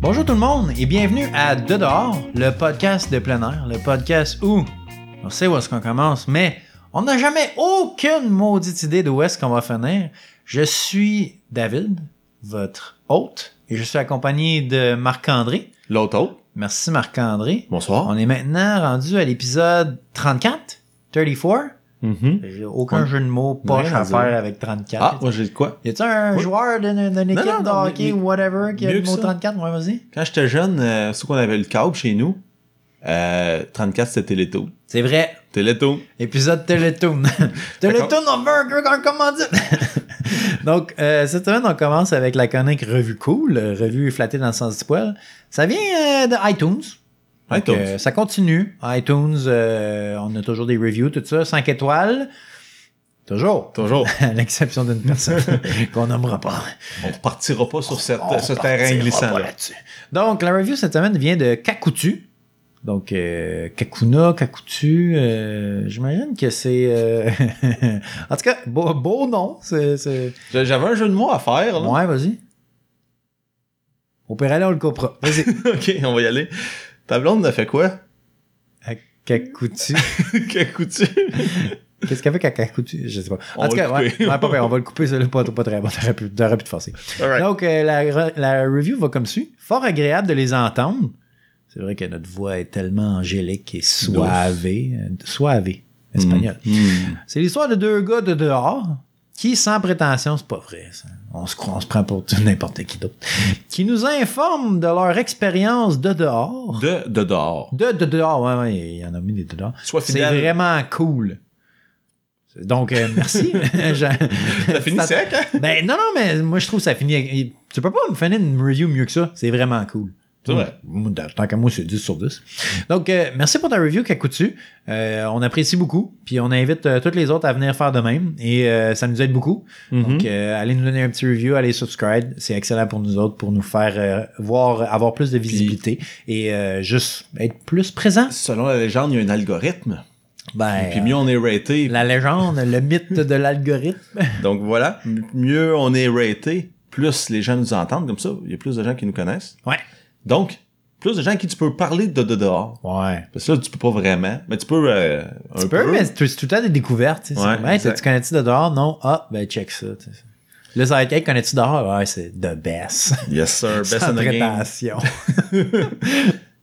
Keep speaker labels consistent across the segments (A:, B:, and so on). A: Bonjour tout le monde et bienvenue à De dehors, le podcast de plein air, le podcast où on sait où est-ce qu'on commence, mais on n'a jamais aucune maudite idée d'où est-ce qu'on va finir. Je suis David, votre hôte, et je suis accompagné de Marc-André.
B: L'autre hôte.
A: Merci Marc-André.
B: Bonsoir.
A: On est maintenant rendu à l'épisode 34, 34.
B: Mhm.
A: J'ai aucun
B: On-
A: jeu de mots poche
B: rien
A: à
B: à
A: faire
B: dire.
A: avec 34.
B: Ah, moi j'ai de quoi?
A: Y a-tu un
B: Oui.
A: joueur d'une d'une équipe
B: non,
A: de
B: non, mais-
A: hockey
B: mais-
A: ou whatever qui a
B: mieux
A: le
B: que
A: mot
B: ça.
A: 34? Ouais, vas-y.
B: Quand j'étais jeune, euh, surtout qu'on avait le câble chez nous, euh, 34 c'était Téléto.
A: C'est vrai.
B: Téléto.
A: Épisode Télétoon. Télétoon, on veut un gars comment dire. Donc, euh, cette semaine, on commence avec la chronique Revue Cool, euh, revue flattée dans le sens du poil. Ça vient euh, de iTunes. Donc,
B: iTunes.
A: euh, ça continue. iTunes, euh, on a toujours des reviews, tout ça. 5 étoiles. Toujours.
B: Toujours.
A: À l'exception d'une personne qu'on nommera pas.
B: On repartira pas sur cette-
A: On
B: ce
A: partira
B: terrain
A: pas
B: glissant-là.
A: là-dessus. Donc, la review cette semaine vient de Kakutu. Donc, euh, Kakuna, Kakutu, euh, j'imagine que c'est... euh, en tout cas, beau, beau nom. c'est- c'est-
B: J'a- J'avais un jeu de mots à faire. Là.
A: Ouais, vas-y. Au Pirelli, on le coupera. Vas-y.
B: ok, on va y aller. Ta blonde a fait quoi?
A: Kakutu.
B: Quel coup
A: Qu'est-ce qu'elle fait qu'à Kakutu? Je sais pas. En
B: On
A: tout
B: va
A: cas,
B: le
A: ouais,
B: couper.
A: ouais, pas pire, on va le couper, c'est pas, pas très bon. T'aurais pu, t'aurais pu te forcer. Donc, euh, la, re- la review va comme suit. Fort agréable de les entendre. C'est vrai que notre voix est tellement angélique et suavée. euh, Suavée, espagnol.
B: Mm.
A: C'est l'histoire de deux gars de dehors qui, sans prétention, c'est pas vrai. ça. On se croit, on se prend pour n'importe qui d'autre. Qui nous informent de leur expérience de dehors.
B: De, de dehors.
A: De, de dehors, ouais, ouais, il y en a mis des de dehors.
B: Sois
A: C'est
B: fidèle.
A: vraiment cool. Donc, euh, merci. Je-
B: T'as fini
A: Ça-
B: sec, hein?
A: ben non, non, mais moi je trouve que ça finit. avec- Tu peux pas me finir une review mieux que ça. C'est vraiment cool.
B: C'est vrai.
A: Moi, dans- Tant qu'à moi, c'est 10 sur 10. Donc, euh, merci pour ta review, Kakutu. Euh, on apprécie beaucoup. Puis on invite euh, toutes les autres à venir faire de même. Et euh, ça nous aide beaucoup.
B: Mm-hmm.
A: Donc, euh, allez nous donner un petit review, allez subscribe. C'est excellent pour nous autres, pour nous faire euh, voir, avoir plus de visibilité et euh, juste être plus présent.
B: Selon la légende, il y a un algorithme.
A: Ben,
B: Puis mieux on est raté,
A: euh, la légende, le mythe de l'algorithme.
B: Donc voilà, M- mieux on est raté, plus les gens nous entendent comme ça, il y a plus de gens qui nous connaissent.
A: Ouais.
B: Donc, plus de gens à qui tu peux parler de, de dehors.
A: Ouais.
B: Parce que là, tu peux pas vraiment, mais tu peux euh, un
A: Tu
B: peu.
A: peux, mais c'est c'est tout le temps des découvertes. tu sais.
B: Ouais,
A: C'est comme, Hey,
B: exact.
A: tu connais-tu de dehors? Non. Ah, ben check ça. tu sais. Là, ça va être, hey, connais-tu dehors? Ouais, c'est the best.
B: Yes sir, best
A: Sans
B: in the game.
A: prétention.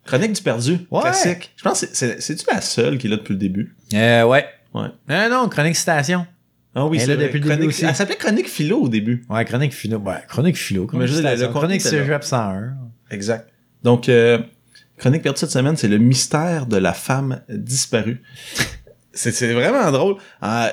B: Chronique du perdu,
A: Ouais.
B: classique. Je pense que c'est- c'est- c'est-tu la seule qui est là depuis le début?
A: euh, ouais.
B: Ouais.
A: Non, non, chronique citation.
B: Ah oui,
A: Elle est là
B: vrai.
A: depuis le
B: Chronique-
A: début aussi.
B: Elle s'appelait Chronique philo au début.
A: Ouais, chronique philo. Ouais, chronique philo. Chronique
B: Mais je veux dire,
A: citation.
B: le contenu
A: chronique
B: était là.
A: cégep 101.
B: Exact. Donc, euh, Chronique perdue cette semaine, c'est le mystère de la femme disparue. c'est c'est vraiment drôle. Euh,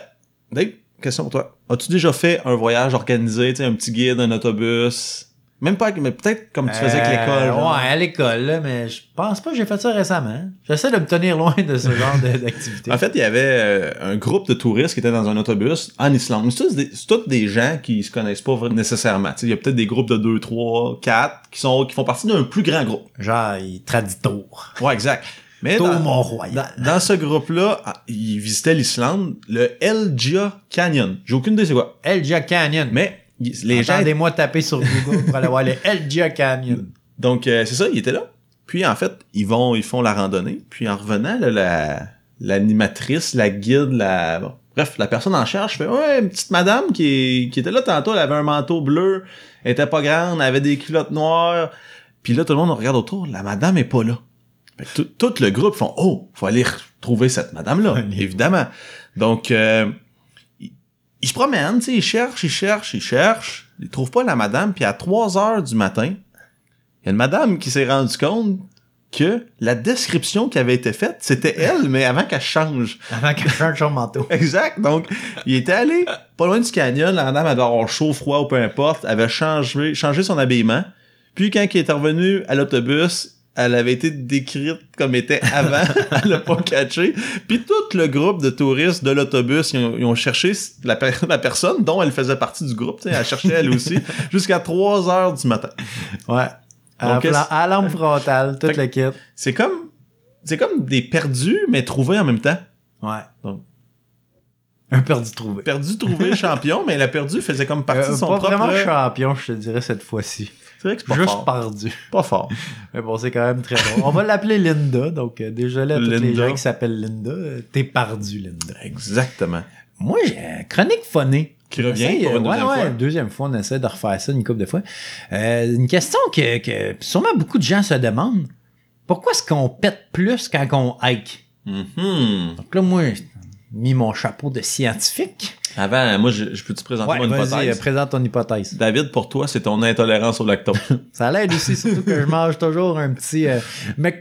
B: Dave, question pour toi. As-tu déjà fait un voyage organisé, tu sais, un petit guide, un autobus? Même pas, avec- mais peut-être comme tu faisais
A: Euh,
B: avec l'école. genre.
A: Ouais, à l'école, là, mais je pense pas que j'ai fait ça récemment. J'essaie de me tenir loin de ce genre de- d'activité.
B: En fait, il y avait euh, un groupe de touristes qui étaient dans un autobus en Islande. C'est tous des, c'est tous des gens qui se connaissent pas vra- nécessairement. Tu sais, Il y a peut-être des groupes de 2, 3, 4 qui, sont, qui font partie d'un plus grand groupe.
A: Genre, il traduit tour.
B: Ouais, exact. Mais
A: Tour
B: dans-
A: Mont-Royal.
B: Dans, dans ce groupe-là, ah, ils visitaient l'Islande, le Elgia Canyon. J'ai aucune idée c'est quoi.
A: Elgia Canyon.
B: Mais ils- les gens...
A: Entendez-moi taper sur Google pour aller voir le Elgia Canyon.
B: Donc, euh, c'est ça, ils étaient là. Puis, en fait, ils vont, ils font la randonnée. Puis, en revenant, là, la, l'animatrice, la guide, la... bon, bref, la personne en charge fait « Ouais, une petite madame qui, est- qui était là tantôt, elle avait un manteau bleu, elle était pas grande, elle avait des culottes noires. » Puis là, tout le monde regarde autour, la madame est pas là. Fait que tout- tout le groupe font « Oh, faut aller retrouver cette madame-là, évidemment. » Donc, euh, ils ils se promènent, tu sais, ils cherchent, ils cherchent, ils cherchent. Ils trouvent pas la madame, puis à 3 heures du matin, il y a une madame qui s'est rendue compte que la description qui avait été faite, c'était elle, mais avant qu'elle change.
A: Avant qu'elle change son manteau.
B: Exact. Donc, il était allé pas loin du canyon. La madame, elle devait avoir chaud, froid ou peu importe. Elle avait changé, changé son habillement. Puis, quand il est revenu à l'autobus, elle avait été décrite comme était avant. elle l'a pas catché. Puis, tout le groupe de touristes de l'autobus, ils ont, ils ont cherché la, per- la personne dont elle faisait partie du groupe. tu sais, Elle cherchait elle aussi jusqu'à 3 heures du matin.
A: Ouais. À,
B: Donc,
A: Euh, la- à l'ombre frontale, tout
B: Fait que-
A: le kit.
B: C'est comme, c'est comme des perdus, mais trouvés en même temps.
A: Ouais.
B: Donc.
A: Un perdu trouvé.
B: Perdu, trouvé, champion, mais la perdue faisait comme partie
A: Euh,
B: de son
A: pas
B: propre... euh,
A: vraiment champion, je te dirais, cette fois-ci.
B: C'est vrai que c'est pas
A: Juste
B: fort.
A: pardu.
B: Pas fort.
A: Mais bon, c'est quand même très bon. On va l'appeler Linda. Donc, euh, déjà là, tous les
B: Linda.
A: gens qui s'appellent Linda, euh, t'es pardu, Linda.
B: Exactement.
A: Moi, j'ai un chronique phonée.
B: Qui
A: On
B: revient
A: essaie,
B: pour une
A: euh, ouais,
B: deuxième
A: ouais,
B: fois.
A: deuxième fois, on essaie de refaire ça une couple de fois. Euh, une question que, que sûrement beaucoup de gens se demandent. Pourquoi est-ce qu'on pète plus quand on hike?
B: Mhm.
A: Donc là, moi, j'ai mis mon chapeau de scientifique.
B: Avant, moi, je, je peux te présenter
A: Ouais,
B: mon
A: vas-y, euh,
B: hypothèse?
A: présente ton hypothèse.
B: David, pour toi, c'est ton intolérance au lactose.
A: Ça l'aide aussi, surtout que je mange toujours un petit euh,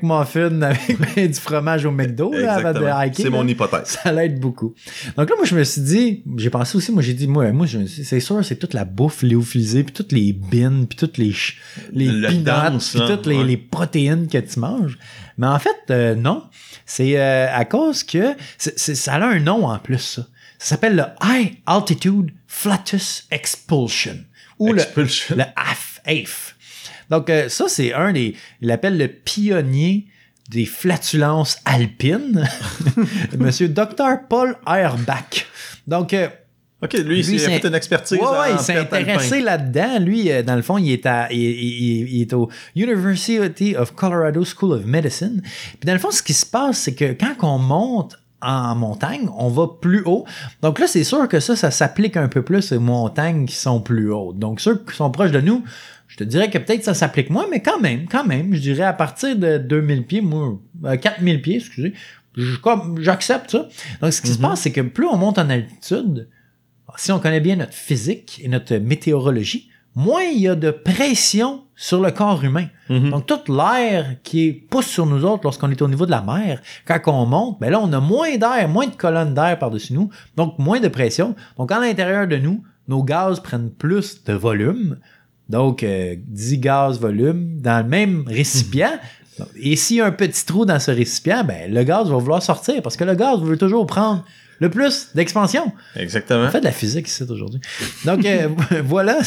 A: McMuffin avec ben du fromage au McDo là, avant de hein.
B: Exactement.
A: hiker.
B: C'est
A: là.
B: mon hypothèse.
A: Ça l'aide beaucoup. Donc là, moi, je me suis dit, j'ai pensé aussi, moi, j'ai dit, moi, moi je me suis dit, c'est sûr, c'est toute la bouffe léophilisée, puis toutes les bines, puis toutes les, ch- les
B: Le
A: peanuts,
B: dense,
A: puis
B: hein,
A: toutes les,
B: ouais.
A: les protéines que tu manges. Mais en fait, euh, non. C'est euh, à cause que c'est- c'est- ça a un nom en plus, ça. Ça s'appelle le High Altitude Flatus Expulsion. Ou le
B: Expulsion.
A: le AF. AF. Donc, euh, ça, c'est un des. Il l'appelle le pionnier des flatulences alpines, monsieur Dr. Paul Auerbach. Donc, euh,
B: OK, lui, il
A: Lui,
B: s'est- il a
A: c'est-
B: fait une expertise.
A: ouais, ouais,
B: en
A: il s'est
B: pète alpin.
A: intéressé là-dedans. Lui, euh, dans le fond, il est, à, il, il- il- il est au University of Colorado School of Medicine. Puis dans le fond, ce qui se passe, c'est que quand on monte en montagne, on va plus haut. Donc là, c'est sûr que ça, ça s'applique un peu plus aux montagnes qui sont plus hautes. Donc ceux qui sont proches de nous, je te dirais que peut-être ça s'applique moins, mais quand même, quand même, je dirais à partir de 2000 pieds, moi, euh, 4000 pieds, excusez, je- comme- j'accepte ça. Donc ce qui se passe, c'est que plus on monte en altitude, si on connaît bien notre physique et notre météorologie, moins il y a de pression sur le corps humain.
B: Mhm.
A: Donc, toute l'air qui est- pousse sur nous autres lorsqu'on est au niveau de la mer, quand on monte, ben là, on a moins d'air, moins de colonnes d'air par-dessus nous, donc moins de pression. Donc, à l'intérieur de nous, nos gaz prennent plus de volume. Donc, euh, 10 gaz, volume, dans le même récipient. Donc, Et s'il y a un petit trou dans ce récipient, ben, le gaz va vouloir sortir parce que le gaz veut toujours prendre le plus d'expansion.
B: Exactement.
A: On fait de la physique ici aujourd'hui. Donc euh, voilà,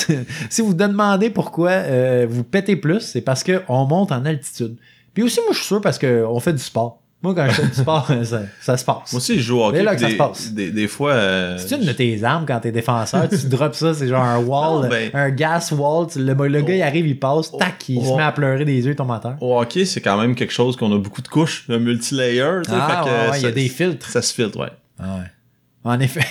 A: si vous vous demandez pourquoi euh, vous pétez plus, c'est parce qu'on monte en altitude. Puis aussi, moi je suis sûr parce qu'on fait du sport. Moi quand je fais du sport, euh, ça, ça se passe.
B: Moi aussi, je joue au hockey.
A: C'est là que
B: puis
A: ça
B: des,
A: se passe.
B: Des, des fois. euh,
A: C'est une de tes armes quand t'es défenseur, tu drops ça, c'est genre un wall,
B: Non, ben- Oh,
A: un gas wall, tu- le, le gars il arrive, il passe, tac, il se
B: Ouais.
A: met à pleurer des yeux, il tombe à terre.
B: Au hockey, c'est quand même quelque chose qu'on a beaucoup de couches, le multilayer. tu sais,
A: Ah,
B: fait que
A: ouais, ouais, il y a
B: ça-
A: des filtres.
B: Ça se filtre, ouais.
A: En effet.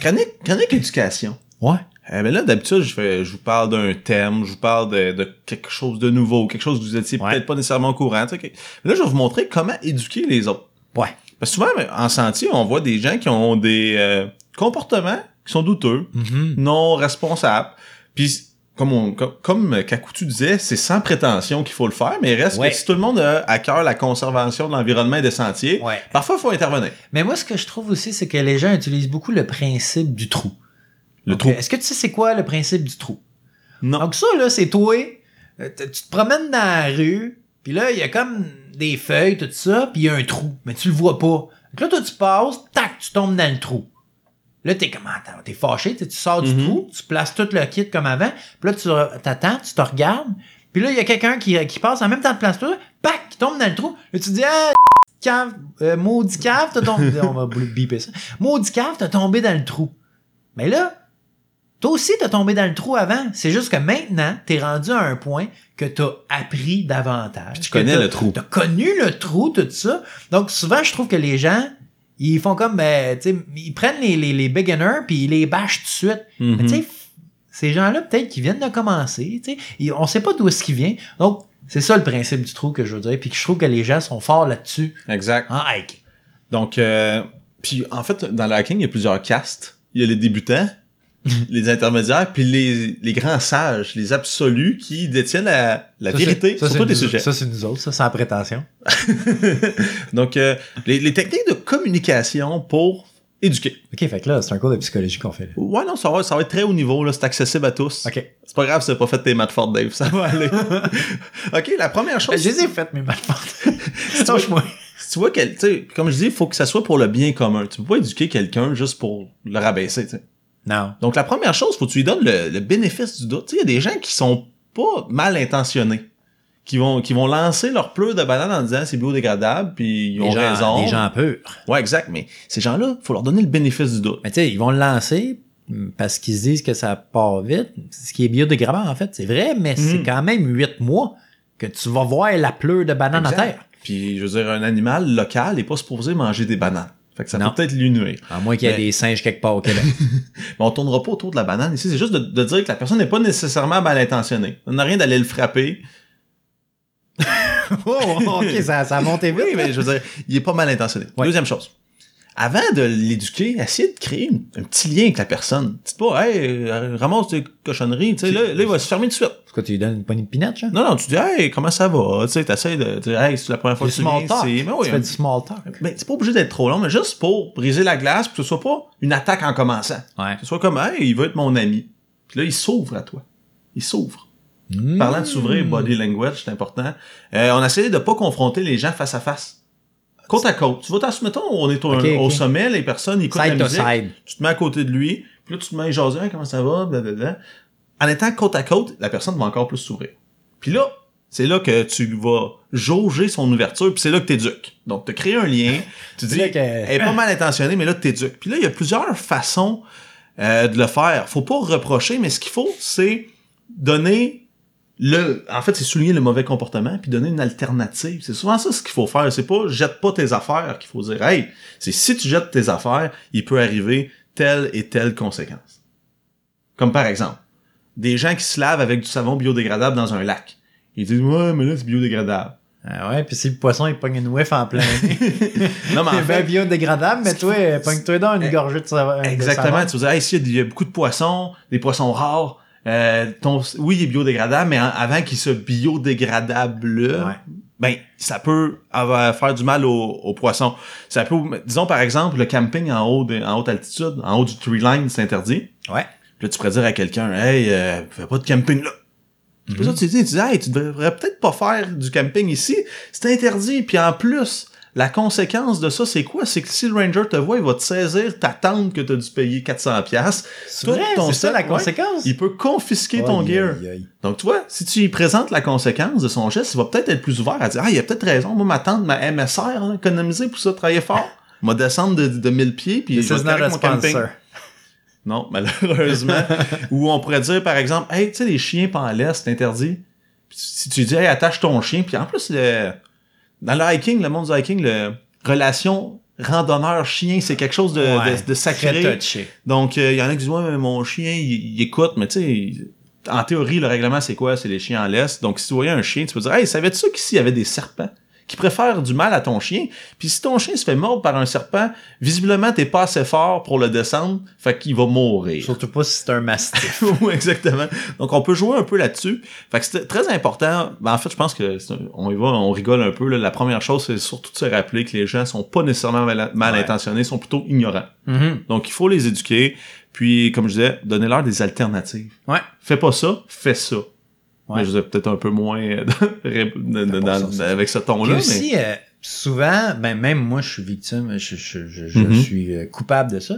B: Chronique, chronique éducation.
A: Ouais.
B: Euh, mais là, d'habitude, je, fais- je vous parle d'un thème, je vous parle de, de quelque chose de nouveau, quelque chose que vous étiez
A: Ouais.
B: peut-être pas nécessairement au courant. tu sais, que- Mais là, je vais vous montrer comment éduquer les autres.
A: Ouais.
B: Parce que souvent, mais, en sentier, on voit des gens qui ont des euh, comportements qui sont douteux,
A: Mhm.
B: non responsables. Puis, comme, on, com- comme, euh, Kakutu disait, c'est sans prétention qu'il faut le faire, mais il reste
A: Ouais.
B: que si tout le monde a à cœur la conservation de l'environnement et des sentiers,
A: Ouais.
B: parfois, il faut intervenir.
A: Mais moi ce que je trouve aussi, c'est que les gens utilisent beaucoup le principe du trou.
B: Le
A: Donc,
B: trou.
A: euh, Est-ce que tu sais c'est quoi le principe du trou?
B: Non.
A: Donc ça, là, c'est toi. euh, t- Tu te promènes dans la rue, puis là, il y a comme des feuilles, tout ça, puis il y a un trou, mais tu le vois pas. Donc là, toi, tu passes, tac, tu tombes dans le trou. Là, t'es comment? attends, T'es fâché, tu sais, tu sors du
B: Mhm.
A: trou, tu places tout le kit comme avant, puis là, tu re- t'attends, tu te regardes, puis là, il y a quelqu'un qui, euh, qui passe en même temps de place toi, pac, qui tombe dans le trou, là, tu dis, ah, cave, euh, maudit cave, t'as tombé, on va bl- biper ça, maudit cave, t'as tombé dans le trou. Mais là, toi aussi, t'as tombé dans le trou avant. C'est juste que maintenant, t'es rendu à un point que t'as appris davantage.
B: tu connais le trou.
A: T'as connu le trou, tout ça. Donc, souvent, je trouve que les gens, ils font comme, ben, tu sais, ils prennent les, les, les beginners puis ils les bâchent tout de suite. Mais
B: Mm-hmm. Mhm.
A: tu sais, f- ces gens-là, peut-être qu'ils viennent de commencer, tu sais, ils- on sait pas d'où est-ce qu'ils viennent. Donc, c'est ça le principe du trou que je veux dire, puis que je trouve que les gens sont forts là-dessus Ah,
B: Mhm. Exact.
A: en hike.
B: Donc, euh, puis en fait, dans le hacking, il y a plusieurs castes. Il y a les débutants, les intermédiaires, puis les, les grands sages, les absolus qui détiennent la, la
A: Ça,
B: vérité
A: c'est- ça,
B: sur
A: c'est
B: tous les
A: nous-
B: sujets.
A: Ça, c'est nous autres, ça, sans prétention.
B: Donc, euh, les, les techniques de communication pour éduquer.
A: OK, fait que là, c'est un cours de psychologie qu'on fait. là.
B: Ouais, non, ça va, ça va être très haut niveau, là, c'est accessible à tous.
A: OK.
B: C'est pas grave si t'as pas fait tes maths fortes, Dave, ça va aller. OK, la première
A: Je
B: chose,
A: les ai Euh, faites, mes malfortes. Change-moi.
B: si tu vois qu'elle, tu sais, comme je dis, il faut que ça soit pour le bien commun. Tu peux pas éduquer quelqu'un juste pour le rabaisser, tu sais.
A: Non.
B: Donc, la première chose, faut que tu lui donnes le, le bénéfice du doute. Tu sais, il y a des gens qui sont pas mal intentionnés, qui vont, qui vont lancer leur pleu de banane en disant c'est biodégradable, puis ils ont raison.
A: Des gens purs.
B: Ouais, exact, mais ces gens-là, faut leur donner le bénéfice du doute.
A: Mais tu sais, ils vont le lancer, mm, parce qu'ils se disent que ça part vite. Ce qui est biodégradable, en fait, c'est vrai, mais c'est quand même huit mois que tu vas voir la pleure de bananes à
B: Exact.
A: terre.
B: Puis, je veux dire, un animal local n'est pas supposé manger des bananes. Fait que ça
A: Non.
B: peut peut-être lui nuire.
A: À moins qu'il y ait
B: Mais-
A: des singes quelque part au Québec.
B: Mais on tournera pas autour de la banane ici. C'est juste de, de dire que la personne n'est pas nécessairement mal intentionnée. On n'a rien d'aller le frapper.
A: oh, ok, ça, ça a monté vite. hein.
B: Oui, mais je veux dire, il est pas mal intentionné.
A: Ouais.
B: Deuxième chose. Avant de l'éduquer, essayez de créer une- un petit lien avec la personne. Dites pas, hey, euh, ramasse tes cochonneries, tu sais, là, là, il va se fermer tout de suite.
A: Pourquoi tu lui donnes une poignée de pinottes, genre?
B: Non, non, tu dis, hey, comment ça va? Tu sais, t'essayes de, tu dis, hey, c'est la première fois
A: Du
B: que tu viens,
A: small talk.
B: c'est- Mais oui, hein.
A: tu fais du small talk.
B: Mais c'est pas obligé d'être trop long, mais juste pour briser la glace, pour que ce soit pas une attaque en commençant.
A: Ouais.
B: Que ce soit comme, hey, il veut être mon ami. Puis là, il s'ouvre à toi. Il s'ouvre.
A: Hmm.
B: Parlant de s'ouvrir, body language, c'est important. Euh, on a essayé de pas confronter les gens face à face. Côte à côte. Tu vas t'asseoir, mettons, on est au,
A: Ok,
B: au
A: ok.
B: sommet, les personnes écoutent
A: Side
B: la
A: to
B: musique.
A: side.
B: Tu te mets à côté de lui, puis là, tu te mets à jaser, Hey, comment ça va, blablabla. En étant côte à côte, la personne va encore plus s'ouvrir. Puis là, c'est là que tu vas jauger son ouverture, puis c'est là que t'éduques. Donc, t'as créé un lien, tu dis,
A: C'est là que-
B: elle est pas mal intentionnée, mais là, t'éduques. Puis là, il y a plusieurs façons euh, de le faire. Faut pas reprocher, mais ce qu'il faut, c'est donner le en fait c'est souligner le mauvais comportement puis donner une alternative c'est souvent ça ce qu'il faut faire c'est pas jette pas tes affaires qu'il faut dire hey c'est si tu jettes tes affaires il peut arriver telle et telle conséquence comme par exemple des gens qui se lavent avec du savon biodégradable dans un lac ils disent ouais mais là c'est biodégradable
A: Ah ouais, puis si le poisson, il pogne une whiff en plein nez.
B: non mais en
A: C'est bien
B: fait
A: biodégradable, mais toi, euh, pogne-toi dans une
B: Eh,
A: gorgée de savon.
B: Exactement. Tu veux dire, hey, s'il y a- il y a beaucoup de poissons, des poissons rares, euh, ton, oui, il est biodégradable, mais en- avant qu'il soit biodégradable,
A: Ouais.
B: ben, ça peut avoir- faire du mal aux, aux poissons. Ça peut, disons, par exemple, le camping en haut de- en haute altitude, en haut du tree line, c'est interdit.
A: Ouais.
B: Puis là, tu pourrais dire à quelqu'un, hey, euh, fais pas de camping là. Puis ça, tu dis, tu dis, hey, tu devrais peut-être pas faire du camping ici. C'est interdit. Puis en plus, la conséquence de ça, c'est quoi? C'est que si le ranger te voit, il va te saisir ta tente que t'as dû payer 400$. piastres.
A: C'est
B: Tout
A: vrai,
B: ton
A: c'est ça
B: set,
A: la
B: ouais.
A: conséquence.
B: Il peut confisquer ton
A: Aïe,
B: gear.
A: aïe, aïe.
B: Donc, tu vois, si tu lui présentes la conséquence de son geste, il va peut-être être plus ouvert à dire, ah, il a peut-être raison. Moi, ma tante, ma MSR, là, hein, économiser pour ça, travailler fort. M'a descendre de, de 1000 pieds, puis
A: This
B: je vais
A: is not
B: correct
A: a
B: mon camping.
A: sponsor.
B: Non, malheureusement. Ou on pourrait dire, par exemple, hey, tu sais, les chiens pas en laisse, c'est interdit. Puis si tu dis, hey, attache ton chien, puis en plus, le... dans le hiking, le monde du hiking, le relation randonneur-chien, c'est quelque chose de,
A: Ouais,
B: de- de
A: Très
B: sacré.
A: touché.
B: Donc, euh, il y en a qui disent, ouais, mais mon chien, il, il écoute, mais tu sais, il- en théorie, le règlement, c'est quoi? C'est les chiens en laisse. Donc, si tu voyais un chien, tu peux dire, hey, savais-tu ça qu'ici, il y avait des serpents? qui préfèrent du mal à ton chien. Puis si ton chien se fait mordre par un serpent, visiblement t'es pas assez fort pour le descendre, fait qu'il va mourir.
A: Surtout pas si c'est un mastiff.
B: Oui, exactement. Donc, on peut jouer un peu là-dessus. Fait que c'est très important. Ben, en fait, je pense que c'est un- on y va, on rigole un peu. là. La première chose, c'est surtout de se rappeler que les gens sont pas nécessairement mal, mal
A: Ouais.
B: intentionnés, sont plutôt ignorants. Donc, il faut les éduquer. Puis, comme je disais, donnez-leur des alternatives.
A: Ouais.
B: Fais pas ça, fais ça.
A: Ouais.
B: Mais je vous ai peut-être un peu moins euh, ré- de- de-
A: Fais pas
B: dans-
A: ça,
B: avec ce
A: Puis
B: ton-là. Mais...
A: aussi, euh, souvent, ben, même moi, je suis victime, je, je- je- je
B: Mhm.
A: suis euh, coupable de ça.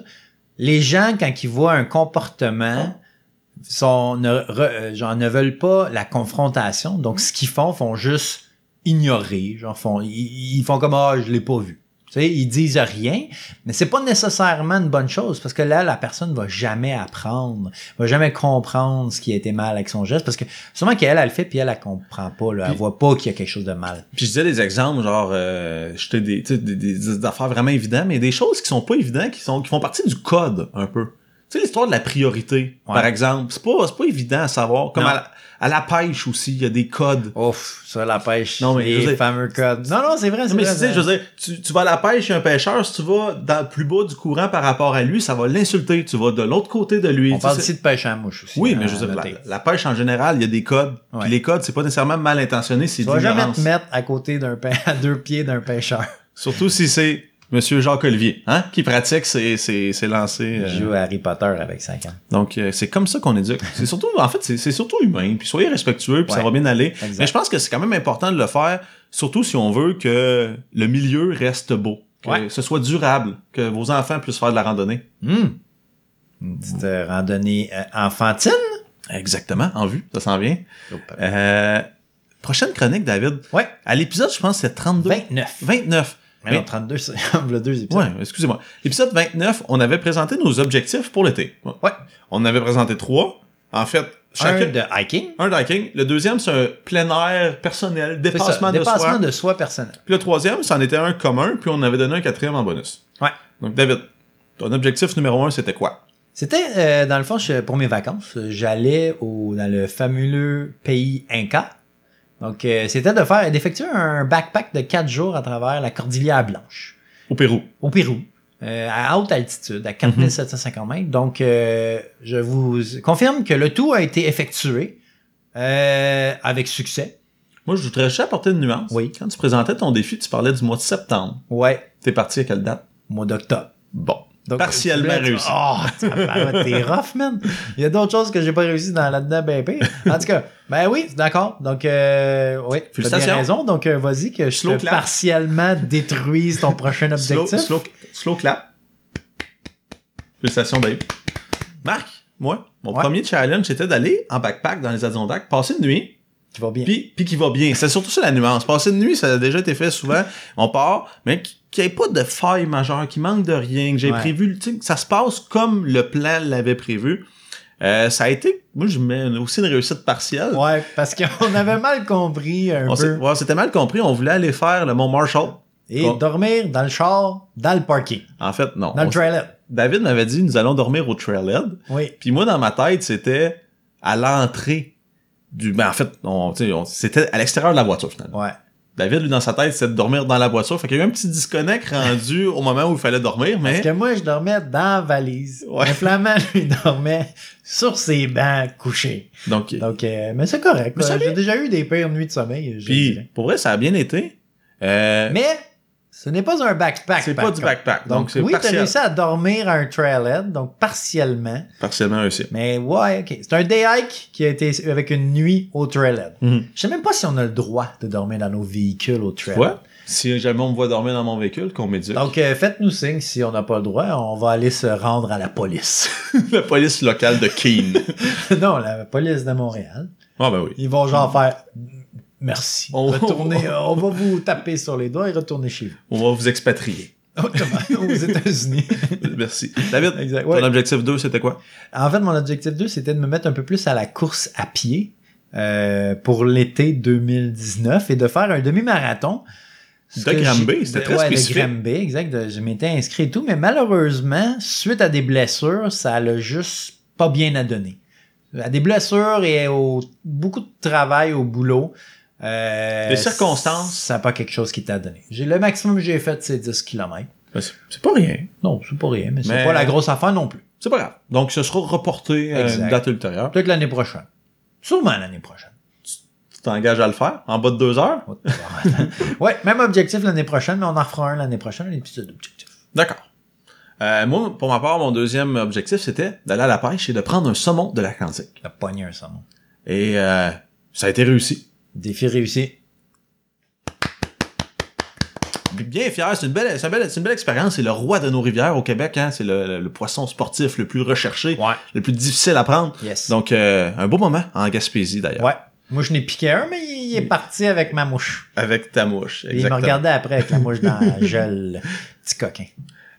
A: Les gens, quand ils voient un comportement, sont, ne, re- euh, genre, ne veulent pas la confrontation. Donc, ce qu'ils font, font juste ignorer. Genre, font, ils, ils font comme, ah, je l'ai pas vu. Tu sais, ils disent rien, mais c'est pas nécessairement une bonne chose parce que là, la personne va jamais apprendre, va jamais comprendre ce qui a été mal avec son geste parce que sûrement qu'elle, elle le fait puis elle, elle comprend pas, là, elle
B: Puis-
A: voit pas qu'il y a quelque chose de mal.
B: Puis, je disais des exemples, genre, euh, j'étais des, tu sais, des, des- des affaires vraiment évidentes, mais des choses qui sont pas évidentes, qui, sont, qui font partie du code, un peu. Tu sais, l'histoire de la priorité,
A: Ouais.
B: par exemple. C'est pas, c'est pas évident à savoir. Comme
A: Non.
B: à la, à la pêche aussi, il y a des codes.
A: Ouf, sur la pêche.
B: Non, mais je
A: les
B: veux dire-
A: fameux codes. Non, non, c'est vrai, c'est
B: Non, mais
A: vrai.
B: tu sais,
A: c'est-
B: je veux dire, tu, tu vas à la pêche, il y a un pêcheur, si tu vas dans, plus bas du courant par rapport à lui, ça va l'insulter. Tu vas de l'autre côté de lui.
A: on
B: Tu
A: parle
B: sais,
A: ici de pêche à mouche aussi.
B: Oui,
A: hein,
B: mais je veux dire, la,
A: noter.
B: la pêche en général, il y a des codes.
A: Ouais.
B: Puis les codes, c'est pas nécessairement mal intentionné, c'est
A: Tu
B: de
A: vas jamais
B: l'ignorance.
A: te mettre à côté d'un pê- à deux pieds d'un pêcheur.
B: Surtout si c'est Monsieur Jacques Olivier, hein, qui pratique ses, ses, ses lancers. euh.
A: Je joue à Harry Potter avec 5 ans.
B: Donc euh, c'est comme ça qu'on éduque. C'est surtout, en fait, c'est c'est surtout humain. Puis soyez respectueux, puis ça
A: Ouais.
B: va bien aller.
A: Exact.
B: Mais je pense que c'est quand même important de le faire, surtout si on veut que le milieu reste beau, que
A: Ouais.
B: ce soit durable, que vos enfants puissent faire de la randonnée.
A: Hmm. Une petite euh, randonnée euh, enfantine.
B: Exactement, en vue, ça s'en vient. Euh, prochaine chronique, David.
A: Ouais.
B: À l'épisode, je pense, que c'est 32.
A: 29.
B: 29.
A: Mais
B: Mais-
A: non, 32, c'est le deux épisodes.
B: Ouais, excusez-moi. Épisode 29, on avait présenté nos objectifs pour l'été.
A: Ouais.
B: On en avait présenté trois. En fait,
A: Un
B: chacun.
A: de hiking.
B: Un hiking. Le deuxième, c'est un plein air personnel,
A: C'est ça,
B: dépassement, de
A: dépassement
B: soi.
A: de soi personnel.
B: Puis le troisième, c'en était un commun, puis on avait donné un quatrième en bonus.
A: Ouais.
B: Donc, David, ton objectif numéro un, c'était quoi?
A: C'était, euh, dans le fond, je- pour mes vacances, j'allais au, dans le fabuleux pays Inca. Donc, euh, c'était de faire, d'effectuer un backpack de 4 jours à travers la Cordillère Blanche,
B: Au Pérou.
A: au Pérou, euh, à haute altitude, à 4750 mètres. Donc, euh, je vous confirme que le tout a été effectué euh, avec succès.
B: Moi, je voudrais juste apporter une nuance.
A: Oui.
B: Quand tu présentais ton défi, tu parlais du mois de septembre.
A: Ouais,
B: T'es parti à quelle date?
A: mois d'octobre.
B: Bon.
A: Donc,
B: Partiellement
A: tu-
B: réussi.
A: Oh, tabarouette, t'es rough, man. Il y a d'autres choses que j'ai pas réussi dans là-dedans, ben pire. En tout cas, ben oui, d'accord. Donc, euh, oui, t'as bien
B: Félicitations.
A: raison. Donc, euh, vas-y que je
B: Slow
A: te
B: clap.
A: partiellement détruise ton prochain
B: Slow,
A: objectif.
B: slow, slow clap. Félicitations, Dave. Marc, moi, mon
A: Ouais.
B: premier challenge, c'était d'aller en backpack dans les Adirondacks, passer une nuit,
A: Tu vas bien.
B: puis, puis qui va bien. C'est surtout ça la nuance. Passer une nuit, ça a déjà été fait souvent. On part, mais qu'il n'y ait pas de faille majeure, qu'il manque de rien, que j'ai
A: Ouais.
B: prévu, tu sais, que ça se passe comme le plan l'avait prévu. Euh, ça a été, moi je mets une- aussi une réussite partielle.
A: Ouais, parce qu'on avait mal compris un
B: On s'est-
A: peu.
B: ouais, c'était mal compris, on voulait aller faire le Mont Marshall.
A: Et
B: Oh.
A: dormir dans le char, dans le parking,
B: En fait, non.
A: dans le
B: On-
A: trailer.
B: David m'avait dit, nous allons dormir au trailhead.
A: Oui.
B: Puis moi, dans ma tête, c'était à l'entrée du. Ben, en fait, on, tu sais, on- c'était à l'extérieur de la voiture, finalement.
A: Ouais.
B: David, lui, dans sa tête, c'était de dormir dans la voiture. Fait qu'il y a eu un petit disconnect rendu au moment où il fallait dormir, mais.
A: Parce que moi, je dormais dans la valise.
B: Ouais.
A: Le flamand, lui, dormait sur ses bancs couchés.
B: Donc,
A: Donc, euh, mais c'est correct.
B: Mais ça
A: Euh,
B: vient-
A: J'ai déjà eu des pires nuits de sommeil. je
B: puis,
A: dirais.
B: pour vrai, ça a bien été. Euh,
A: Mais ce n'est pas un backpack.
B: c'est
A: par
B: pas du
A: contre.
B: backpack.
A: Donc,
B: Donc, c'est
A: oui, t'as
B: partiel-
A: réussi à dormir à un trailhead, donc partiellement.
B: partiellement réussi.
A: Mais ouais, ok. C'est un day hike qui a été avec une nuit au trailhead.
B: Mhm.
A: Je sais même pas si on a le droit de dormir dans nos véhicules au trailhead.
B: Ouais. Si jamais on me voit dormir dans mon véhicule, qu'on m'éduque.
A: Donc, euh, faites-nous signe si on n'a pas le droit. On va aller se rendre à la police.
B: la police locale de Keene.
A: non, la police de Montréal.
B: Ah, ben oui.
A: Ils vont genre faire merci.
B: On-
A: Retournez, euh, on va vous taper sur les doigts et retourner chez vous.
B: On va vous expatrier.
A: aux États-Unis.
B: Merci. David,
A: Exact, ouais.
B: ton objectif 2, c'était quoi?
A: En fait, mon objectif 2, c'était de me mettre un peu plus à la course à pied euh, pour l'été 2019 et de faire un demi-marathon. Ce
B: De
A: que j'ai-
B: Granby, c'était
A: de-
B: très
A: ouais,
B: spécifique.
A: de Granby, exact. de- je m'étais inscrit et tout, mais malheureusement, suite à des blessures, ça l'a juste pas bien à donner. À des blessures et au, beaucoup de travail au boulot. euh,
B: Les circonstances.
A: Ça n'a pas quelque chose qui t'a donné. J'ai- Le maximum que j'ai fait, c'est 10 km.
B: Ben, c'est c'est pas rien.
A: Non, c'est pas rien, mais c'est
B: Mais-
A: pas la grosse affaire non plus.
B: C'est pas grave. Donc, ce sera reporté à
A: Exact.
B: une date ultérieure.
A: Peut-être l'année prochaine. Sûrement l'année prochaine.
B: Tu t'engages à le faire en bas de deux heures.
A: ouais, même objectif l'année prochaine, mais on en refera un l'année prochaine, un épisode d'objectif.
B: D'accord. Euh, moi, pour ma part, mon deuxième objectif, c'était d'aller à la pêche et de prendre un saumon de l'Atlantique.
A: La pogné un saumon.
B: Et euh, ça a été réussi.
A: Défi réussi.
B: Bien fier, c'est une belle, c'est une belle, c'est une belle expérience. C'est le roi de nos rivières au Québec. Hein? C'est le, le- le poisson sportif le plus recherché,
A: Ouais.
B: le plus difficile à prendre.
A: Yes.
B: Donc, euh, un beau moment en Gaspésie d'ailleurs,
A: ouais. Moi, je n'ai piqué un, mais il est parti avec ma mouche.
B: avec ta mouche.
A: Et il me regardait après avec la mouche dans la gueule. Petit coquin.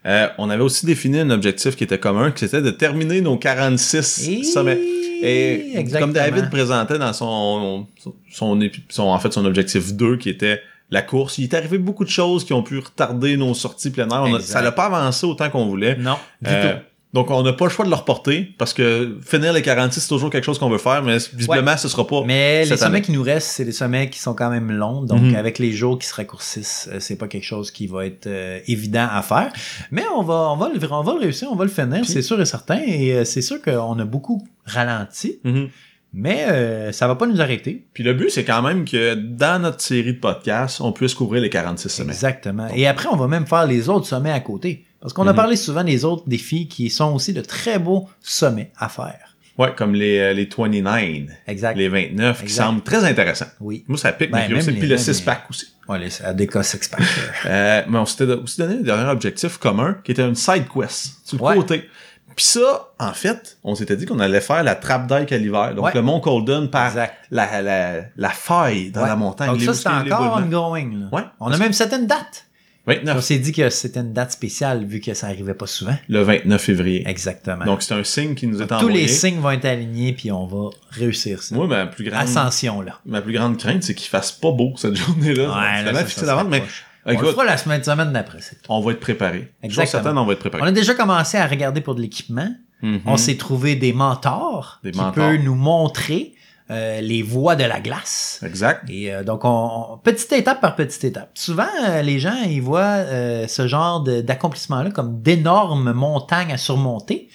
B: Euh, on avait aussi défini un objectif qui était commun, qui c'était de terminer nos 46 sommets. Et comme David présentait dans son, son, son épi- son- en fait, son objectif 2, qui était la course, il est arrivé beaucoup de choses qui ont pu retarder nos sorties plein air. On a-
A: Exact.
B: ça n'a pas avancé autant qu'on voulait.
A: Non, du
B: Euh,
A: tout.
B: donc, on n'a pas le choix de le reporter parce que finir les 46, c'est toujours quelque chose qu'on veut faire, mais visiblement, ce sera pas.
A: Mais les
B: Oh, cette
A: sommets
B: année.
A: qui nous restent, c'est les sommets qui sont quand même longs. Donc,
B: Mhm.
A: avec les jours qui se raccourcissent, euh, c'est pas quelque chose qui va être euh, évident à faire. Mais on va, on va, le, on va le réussir, on va le finir,
B: Puis-
A: c'est sûr et certain. Et euh, c'est sûr qu'on a beaucoup ralenti,
B: Mhm.
A: mais euh, ça va pas nous arrêter.
B: Puis le but, c'est quand même que dans notre série de podcasts, on puisse couvrir les 46 semaines.
A: Exactement. Et après, on va même faire les autres sommets à côté. Parce qu'on a
B: Mhm.
A: parlé souvent des autres défis qui sont aussi de très beaux sommets à faire.
B: Ouais, comme les, euh, les 29,
A: Exact.
B: les 29, qui
A: Exact.
B: semblent très intéressants.
A: Oui.
B: Moi, ça pique,
A: Ben,
B: mais j'ai
A: même
B: aussi-
A: les-
B: puis le
A: même les-
B: 6-pack aussi.
A: Ouais, les, à des cas six-pack.
B: Euh, mais on s'était do- aussi donné le dernier objectif commun qui était une side quest sur le
A: Ouais.
B: côté. Puis ça, en fait, on s'était dit qu'on allait faire la trappe d'Ike à l'hiver, donc
A: Ouais.
B: le mont Colden par
A: Exact.
B: la, la, la faille dans
A: Ouais.
B: la montagne.
A: Donc
B: Ah, les
A: ça, c'est
B: bousculés, les
A: encore
B: boulements.
A: ongoing. là.
B: Ouais.
A: On a même certaines dates. On
B: 29.
A: s'est dit que c'était une date spéciale vu que ça arrivait pas souvent.
B: Le 29 février.
A: Exactement.
B: Donc, c'est un signe qui nous est
A: Tous
B: envoyé.
A: les signes vont être alignés puis on va réussir ça.
B: Moi, ma plus grande,
A: Ascension là.
B: ma plus grande crainte, c'est qu'il fasse pas beau cette journée-là.
A: Ouais, là,
B: Finalement,
A: ça,
B: fixé
A: ça
B: d'avance,
A: se
B: mais
A: rapproche.
B: écoute,
A: on le fera la semaine, semaine d'après. c'est tout.
B: on va être préparé.
A: Exactement.
B: Exactement. certaine, on va être
A: On
B: préparé.
A: a déjà commencé à regarder pour de l'équipement.
B: Mhm.
A: On s'est trouvé des mentors
B: Des
A: qui
B: mentors.
A: peuvent nous montrer euh, les voies de la glace.
B: Exact.
A: Et euh, donc, on, on- petite étape par petite étape. Souvent, euh, les gens, ils voient euh, ce genre de- d'accomplissement-là comme d'énormes montagnes à surmonter,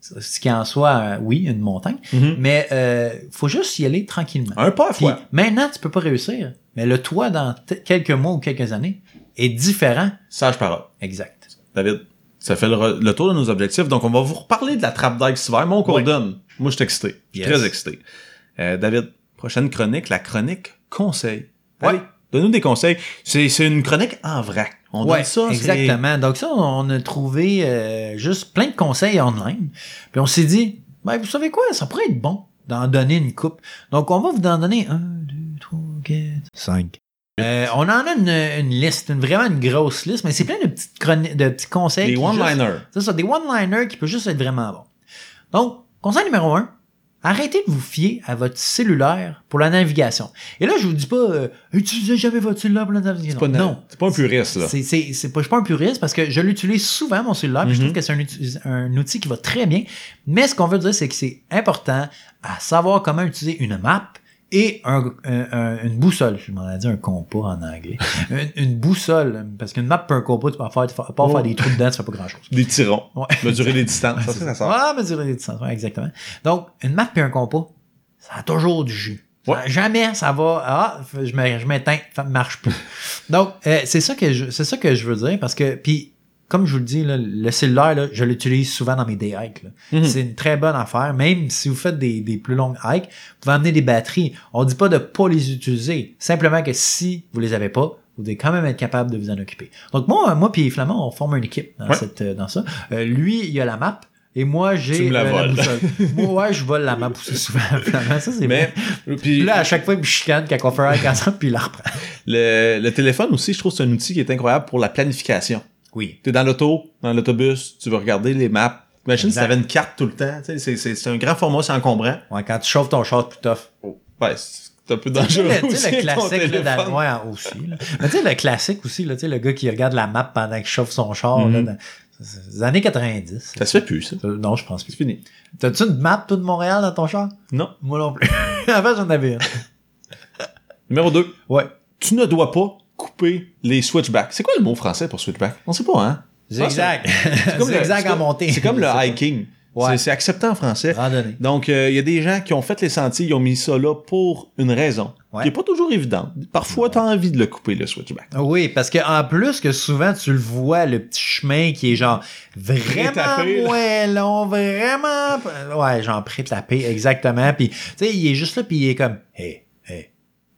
A: ce qui en soit, euh, oui, une montagne,
B: Mhm.
A: mais euh, faut juste y aller tranquillement.
B: Un pas à la
A: Puis,
B: fois.
A: maintenant, tu peux pas réussir, mais le toi, dans t- quelques mois ou quelques années, est différent.
B: Sage parole.
A: Exact.
B: David, ça fait le, re- le tour de nos objectifs. Donc, on va vous reparler de la trappe d'ail cet hiver. Mon Golden. Moi, je suis excité. Je suis
A: Yes.
B: très excité. Euh, David, prochaine chronique, la chronique conseil.
A: Ouais.
B: Allez, donne-nous des conseils. C'est c'est une chronique en vrac. On
A: Ouais,
B: donne ça. c'est-
A: exactement. Donc ça, on a trouvé euh, juste plein de conseils online. Puis on s'est dit, ben, vous savez quoi, ça pourrait être bon d'en donner une coupe. Donc on va vous en donner un, deux, trois, quatre, cinq. Euh, on en a une, une liste, une- vraiment une grosse liste, mais c'est plein de petites chroni- de petits conseils.
B: Des
A: qui juste-
B: one-liners.
A: C'est ça, des one-liners qui peut juste être vraiment bon. Donc, conseil numéro un, arrêtez de vous fier à votre cellulaire pour la navigation. Et là, je vous dis pas, euh, utilisez jamais votre cellulaire pour la navigation.
B: C'est pas une-
A: non.
B: C'est pas un puriste, là.
A: C'est, c'est, c'est pas, je suis pas un puriste parce que je l'utilise souvent, mon cellulaire, puis je
B: Mhm.
A: trouve que c'est un, uti- un outil qui va très bien. Mais ce qu'on veut dire, c'est que c'est important à savoir comment utiliser une map et un- un- un- une boussole. Je m'en ai dit un compas en anglais. une, une boussole, parce qu'une map et un compas, tu peux en faire, tu peux pas faire des trous dedans, tu fais pas grand-chose.
B: Des tirons.
A: Ouais.
B: Mesurer les distances. Ça, ça, ça sort.
A: Ah, mesurer les distances, ouais, exactement. Donc, une map et un compas, ça a toujours du jus. Ça-
B: Ouais.
A: Jamais ça va. Ah, f- je me- je m'éteins, ça ne marche plus. Donc, euh, c'est ça que je c'est ça que je veux dire parce que puis comme je vous le dis, là, le cellulaire, là, je l'utilise souvent dans mes day hikes. là.
B: Mhm.
A: C'est une très bonne affaire. Même si vous faites des, des plus longues hikes, vous pouvez amener des batteries. On dit pas de pas les utiliser. Simplement que si vous les avez pas, vous devez quand même être capable de vous en occuper. Donc moi, euh, moi puis Flamand, on forme une équipe dans,
B: Ouais.
A: cette, euh, dans ça. Euh, lui, il a la map. Et moi, j'ai euh,
B: me la voles.
A: boussole. moi, ouais, je vole la map aussi souvent. Flamand, ça, c'est
B: Mais,
A: bien. Puis
B: puis,
A: là, à chaque fois, il me chicane quand on fait un hike ensemble, puis il la reprend.
B: le, le téléphone aussi, je trouve que c'est un outil qui est incroyable pour la planification.
A: Oui.
B: T'es dans l'auto, dans l'autobus, tu vas regarder les maps. Imagine
A: Exact.
B: si t'avais une carte tout le temps. tu sais, C'est c'est- c'est un grand format, c'est encombrant.
A: Ouais, quand tu chauffes ton char, c'est plus tough.
B: Ouais, c'est un peu
A: Tu sais,
B: dangereux.
A: le- tu
B: aussi
A: sais, le
B: avec ton
A: classique là,
B: téléphone.
A: d'avant- ouais, aussi. là. Mais tu sais, le classique aussi, là, tu sais, le gars qui regarde la map pendant qu'il chauffe son char, là,
B: Mhm.
A: dans- c'est des années 90.
B: Ça se fait plus, ça.
A: Euh, Non, je pense
B: C'est
A: plus.
B: fini.
A: T'as-tu une map, toi, de Montréal dans ton char?
B: Non.
A: Moi non plus. Avant, j'en avais une.
B: Numéro 2.
A: Ouais.
B: Tu ne dois pas couper les switchbacks. C'est quoi le mot français pour switchback? On sait pas, hein?
A: Zigzag.
B: C'est comme le-
A: Zigzag
B: c'est
A: en
B: comme-
A: montée.
B: C'est comme le
A: Je sais pas.
B: hiking.
A: Ouais.
B: C'est- C'est accepté en français.
A: Randonnée.
B: Donc, euh, il y a des gens qui ont fait les sentiers, ils ont mis ça là pour une raison.
A: Ouais.
B: Qui est pas toujours évidente. Parfois, t'as envie de le couper, le switchback.
A: Oui, parce que en plus que souvent tu le vois le petit chemin qui est genre vraiment
B: Pré-tapé, là.
A: moins long, vraiment ouais, genre pré-tapé exactement puis tu sais il est juste là puis il est comme hey, hey,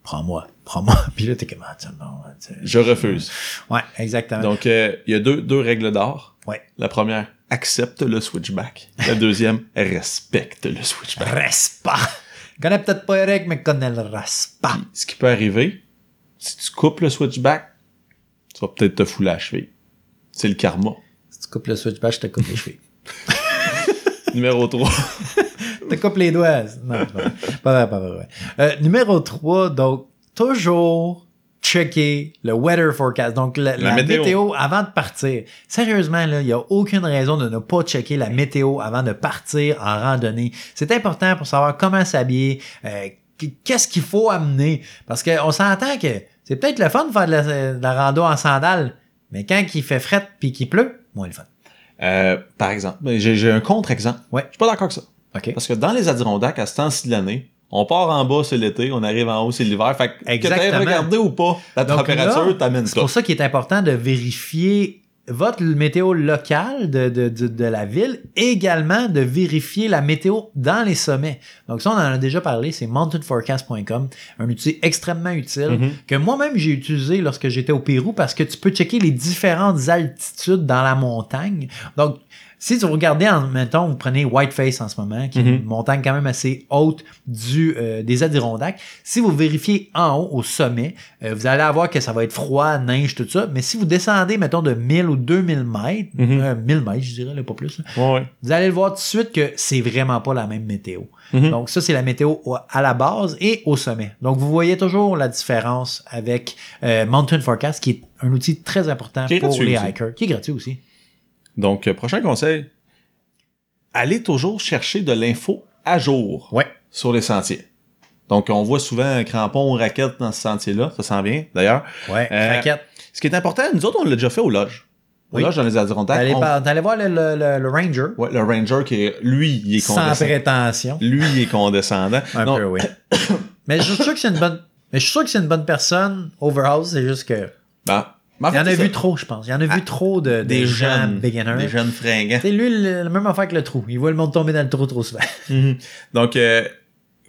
A: prends-moi, prends-moi. Puis là t'es comme ah, tiens, non, tu sais.
B: Je refuse.
A: Ouais, exactement.
B: Donc, euh, il y a deux, deux règles d'or.
A: Ouais.
B: La première, accepte le switchback. La deuxième, respecte le switchback.
A: Respa. Je Connais peut-être pas Eric mais je connais le respa.
B: Ce qui peut arriver, si tu coupes le switchback, tu vas peut-être te fouler la cheville. C'est le karma.
A: Si tu coupes le switchback, je te coupe les cheveux.
B: Numéro 3.
A: te coupe les doigts. Non, c'est pas vrai. Pas vrai, pas vrai, pas vrai. Euh, numéro 3, donc, toujours checker le weather forecast, donc la, la météo.
B: météo.
A: avant de partir. Sérieusement, là, il n'y a aucune raison de ne pas checker la météo avant de partir en randonnée. C'est important pour savoir comment s'habiller, euh, qu- qu'est-ce qu'il faut amener, parce qu'on s'entend que c'est peut-être le fun de faire de la, de la rando en sandales, mais quand il fait fret puis qu'il pleut, moins le fun.
B: Euh, par exemple, mais j'ai j'ai un contre-exemple.
A: Ouais.
B: Je suis pas d'accord avec ça.
A: OK?
B: Parce que dans les Adirondacks, à ce temps-ci de l'année, on part en bas, c'est l'été, on arrive en haut, c'est l'hiver. Fait que, que
A: Exactement.
B: t'aies regardé ou pas, la
A: Donc là,
B: température t'amène
A: C'est
B: ça.
A: pour ça qu'il est important de vérifier votre météo locale de, de, de, de la ville, également de vérifier la météo dans les sommets. Donc ça, on en a déjà parlé, c'est mountainforecast.com, un outil extrêmement utile
B: Mhm.
A: que moi-même j'ai utilisé lorsque j'étais au Pérou parce que tu peux checker les différentes altitudes dans la montagne. Donc, Si vous regardez, en, mettons, vous prenez Whiteface en ce moment, qui est une
B: Mhm.
A: montagne quand même assez haute du, euh, des Adirondacks, si vous vérifiez en haut, au sommet, euh, vous allez avoir que ça va être froid, neige, tout ça. Mais si vous descendez, mettons, de 1000 ou 2000 mètres,
B: Mhm.
A: euh, 1000 mètres, je dirais, là, pas plus, là,
B: Ouais, ouais.
A: vous allez le voir tout de suite que c'est vraiment pas la même météo.
B: Mhm.
A: Donc, ça, c'est la météo au- à la base et au sommet. Donc, vous voyez toujours la différence avec euh, Mountain Forecast, qui est un outil très important
B: Qui est
A: pour
B: gratuit
A: les
B: aussi.
A: hikers, qui est gratuit aussi.
B: Donc, euh, prochain conseil, allez toujours chercher de l'info à jour
A: Ouais.
B: sur les sentiers. Donc, on voit souvent un crampon ou raquette dans ce sentier-là, ça s'en vient d'ailleurs.
A: Ouais,
B: Euh,
A: craquette.
B: Ce qui est important, nous autres, on l'a déjà fait au loge. Au
A: Oui.
B: loge dans les Adirondacks,
A: T'allais
B: on-
A: par- t'allais voir le, le- le- le ranger,
B: ouais, le ranger qui est, lui, il est
A: sans
B: condescendant.
A: prétention.
B: Lui, il est condescendant.
A: Un
B: Non,
A: peu, oui. mais je suis sûr que c'est une bonne... Mais je suis sûr que c'est une bonne personne, Overhouse, c'est juste que...
B: bah, mais en
A: Il y en a
B: fait, c'est
A: vu
B: ça. Ah,
A: trop, je pense. Il y en a vu trop de, de
B: des,
A: gens
B: jeunes,
A: beginners.
B: des jeunes fringants.
A: Tu sais, lui, le- la même affaire que le trou. Il voit le monde tomber dans le trou trop souvent.
B: Mhm. Donc, euh,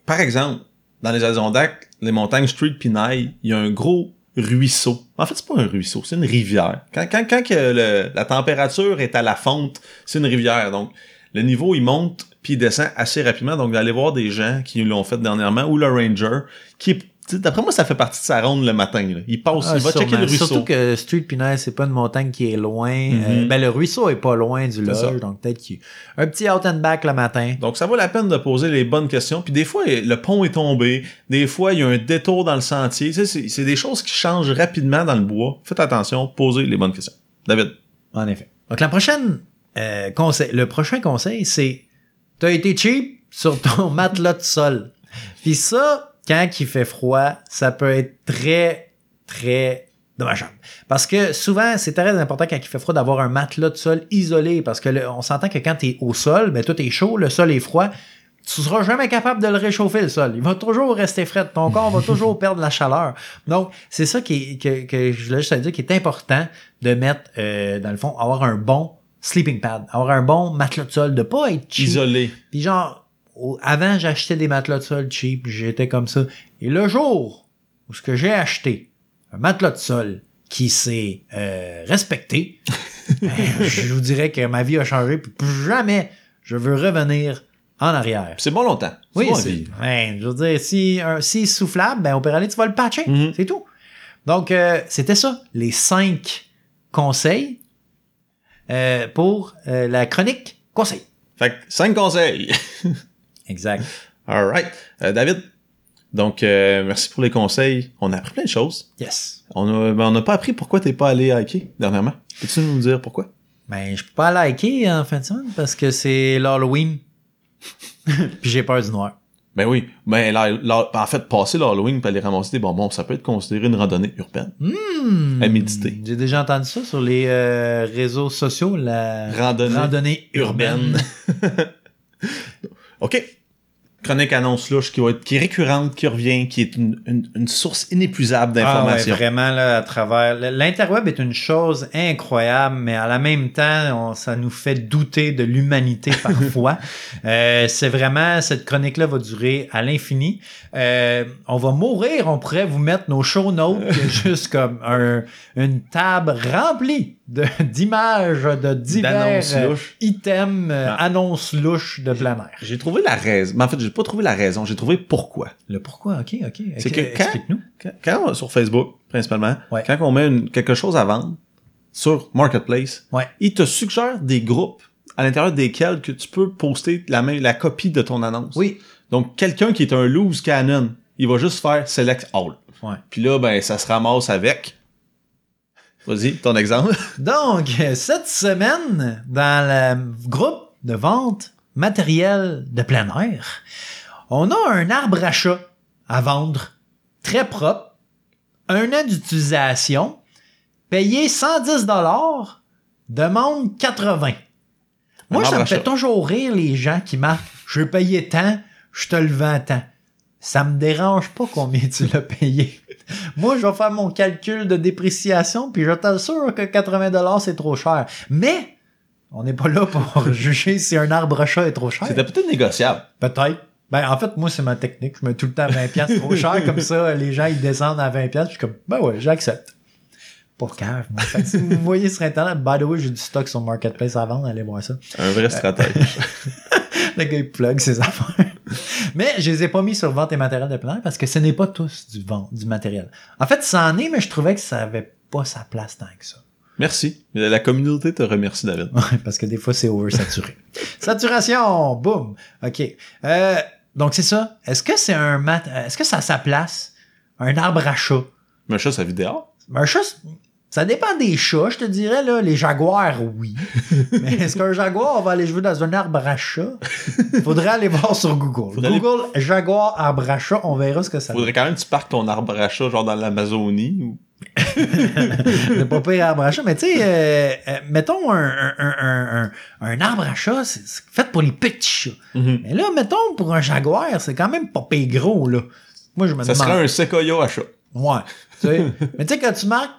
B: par exemple, dans les Adirondacks, les montagnes Street Pinay, il y a un gros ruisseau. En fait, c'est pas un ruisseau, c'est une rivière. Quand, quand, quand que le- la température est à la fonte, c'est une rivière. Donc, le niveau, il monte puis il descend assez rapidement. Donc, d'aller voir des gens qui l'ont fait dernièrement ou le ranger, qui, tu sais, d'après moi, ça fait partie de sa ronde le matin. là. Il passe,
A: Ah,
B: il va
A: sûrement.
B: checker le ruisseau.
A: Surtout que Street Pinel, c'est pas une montagne qui est loin. Euh,
B: Mhm.
A: ben, le ruisseau est pas loin du
B: ça.
A: loge, donc peut-être qu'il un petit out and back le matin.
B: Donc, ça vaut la peine de poser les bonnes questions. Puis des fois, le pont est tombé. Des fois, il y a un détour dans le sentier. Tu sais, c'est c'est des choses qui changent rapidement dans le bois. Faites attention, posez les bonnes questions. David.
A: En effet. Donc la prochaine euh, conseil, le prochain conseil, c'est t'as été cheap sur ton matelas de sol. Puis ça, quand il fait froid, ça peut être très, très dommageable. Parce que souvent, c'est très important quand il fait froid d'avoir un matelas de sol isolé. Parce que le- on s'entend que quand t'es au sol, ben tout est chaud, le sol est froid. Tu seras jamais capable de le réchauffer le sol. Il va toujours rester frais. Ton corps va toujours perdre la chaleur. Donc, c'est ça qui, est- que, que je voulais juste te dire qui est important de mettre, euh, dans le fond, avoir un bon sleeping pad, avoir un bon matelas de sol, de pas être cheap.
B: Isolé.
A: Puis genre, au- avant, j'achetais des matelas de sol cheap, j'étais comme ça. Et le jour où ce que j'ai acheté, un matelas de sol qui s'est euh, respecté, ben, je vous dirais que ma vie a changé, puis plus jamais je veux revenir en arrière.
B: Puis C'est bon longtemps. C'est
A: Oui,
B: bon à
A: c'est-
B: vivre.
A: ouais, je veux dire, si un si soufflable, ben on peut aller, tu vas le patcher,
B: Mhm.
A: c'est tout. Donc euh, c'était ça, les cinq conseils euh, pour euh, la chronique conseil.
B: Fait que, cinq conseils.
A: Exact.
B: All right. Euh, David. Donc, euh, merci pour les conseils. On a appris plein de choses.
A: Yes.
B: On a- mais on n'a pas appris pourquoi t'es pas allé hiker dernièrement. Peux-tu nous dire pourquoi?
A: Ben, je peux pas liker hein, en fin de semaine parce que c'est l'Halloween. Puis j'ai peur du noir.
B: Ben oui. Ben, la- la- en fait, passer l'Halloween pour aller ramasser des bonbons, ça peut être considéré une randonnée urbaine.
A: Hmm.
B: À méditer.
A: J'ai déjà entendu ça sur les euh, réseaux sociaux, la
B: Randonnée.
A: randonnée urbaine.
B: urbaine. OK. Chronique annonce louche qui, va être, qui est récurrente, qui revient, qui est une, une- une source inépuisable
A: Ah
B: d'informations.
A: ouais, vraiment, là, à travers. L'interweb est une chose incroyable, mais à la même temps, on- ça nous fait douter de l'humanité parfois. Euh, c'est vraiment, cette chronique-là va durer à l'infini. Euh, on va mourir, on pourrait vous mettre nos show notes, juste comme un- une table remplie de- d'images de divers
B: D'annonces
A: euh,
B: louches.
A: items, euh,
B: Ah.
A: annonces louches de plein air.
B: J'ai trouvé la raison. Mais en fait, j'ai pas trouvé la raison, j'ai trouvé pourquoi.
A: Le pourquoi, ok, ok.
B: C'est
A: ok,
B: que quand-
A: Explique-nous.
B: Quand, quand on- sur Facebook, principalement,
A: Ouais.
B: quand on met une- quelque chose à vendre sur Marketplace,
A: Ouais.
B: il te suggère des groupes à l'intérieur desquels que tu peux poster la, même, la copie de ton annonce.
A: Oui.
B: Donc, quelqu'un qui est un loose canon, il va juste faire Select All.
A: Ouais.
B: Puis là, ben, ça se ramasse avec... Vas-y, ton exemple.
A: Donc, euh, cette semaine, dans le groupe de vente matériel de plein air, on a un arbre à chat à vendre, très propre, un an d'utilisation, payé 110 dollars, demande 80. Moi,
B: Un
A: ça
B: arbre
A: me
B: à
A: fait
B: chat.
A: toujours rire les gens qui marquent « Je payé tant, je te le vends tant ». Ça me dérange pas combien tu l'as payé. Moi, je vais faire mon calcul de dépréciation, puis je t'assure que 80 c'est trop cher. Mais, on n'est pas là pour juger si un arbre à chat est trop cher.
B: C'était peut-être négociable.
A: Peut-être. Ben, en fait, moi, c'est ma technique. Je mets tout le temps 20 pièces trop cher, comme ça, les gens, ils descendent à 20 pièces, je suis comme, ben ouais, j'accepte. pas cave. moi. Fait que si vous voyez sur Internet, by the way, j'ai du stock sur Marketplace à vendre, allez voir ça.
B: Un vrai stratège.
A: Le gars, il plug ses affaires. Mais je les ai pas mis sur vente et matériel de plan parce que ce n'est pas tous du vent, du matériel. En fait, c'en est, mais je trouvais que ça avait pas sa place tant que ça.
B: Merci. La communauté te remercie, David.
A: Ouais, parce que des fois, c'est oversaturé. Saturation! Boum! OK. Euh, donc, c'est ça. Est-ce que c'est un mat... Est-ce que ça a sa place? Un arbre à chat?
B: Mais ça, ça vit dehors.
A: Mais un chat, c'est- ça dépend des chats, je te dirais, là. Les jaguars, oui. Mais est-ce qu'un jaguar va aller jouer dans un arbre à chat? Faudrait aller voir sur Google.
B: Faudrait aller-
A: Google, jaguar, arbre à chat, on verra ce que ça
B: Faudrait quand même que tu parques ton arbre à chat, genre dans l'Amazonie. Ou...
A: C'est pas pire arbre à chat, mais tu sais, euh, euh, mettons un, un, un, un, un arbre à chat, c'est c'est fait pour les petits chats. Mais là, mettons pour un jaguar, c'est quand même pas pire gros, là. Moi, je me
B: Ça
A: demande.
B: serait un séquoia à chat.
A: Ouais. Tu sais, mais tu sais, quand tu marques